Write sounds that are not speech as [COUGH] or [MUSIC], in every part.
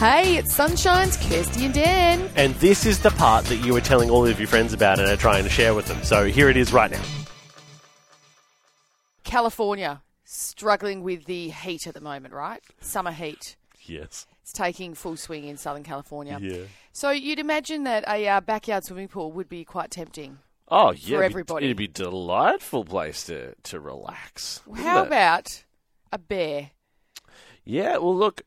Hey, it's Sunshine's Kirsty and Dan. And this is the part that you were telling all of your friends about and are trying to share with them. So here it is right now. California struggling with the heat at the moment, right? Summer heat. Yes. It's taking full swing in Southern California. Yeah. So you'd imagine that a uh, backyard swimming pool would be quite tempting. Oh yeah, it'd be- everybody. It'd be a delightful place to to relax. wouldn't How it? about a bear? Yeah, well look,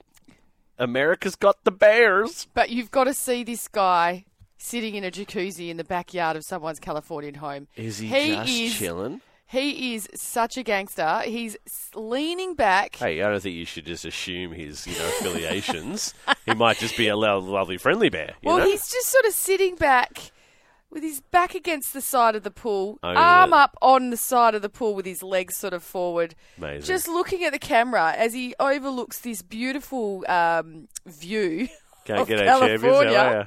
America's got the bears. But you've got to see this guy sitting in a jacuzzi in the backyard of someone's Californian home. Is he, He just is- chilling? He is such a gangster. He's s- leaning back. Hey, I don't think you should just assume his, you know, affiliations. [LAUGHS] He might just be a lo- lovely friendly bear. You well, know? he's just sort of sitting back with his back against the side of the pool, Own arm it. up on the side of the pool with his legs sort of forward. Amazing. Just looking at the camera as he overlooks this beautiful um, view. [LAUGHS] Can't of get our California. champions. How are ya?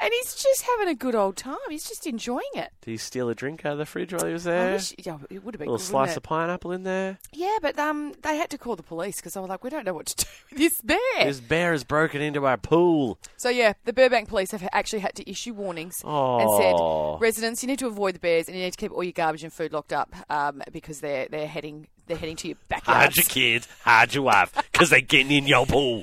And he's just having a good old time. He's just enjoying it. Did he steal a drink out of the fridge while he was I there? wish, yeah, it would have been little good, wouldn't slice it? of pineapple in there. Yeah, but um, they had to call the police because I was like, we don't know what to [LAUGHS] do with this bear. This bear has broken into our pool. So yeah, the Burbank police have actually had to issue warnings Aw. and said, residents, you need to avoid the bears and you need to keep all your garbage and food locked up um, because they're they're heading they're heading to your Hide backyard. your kids, hide your wife, because they're getting in your pool.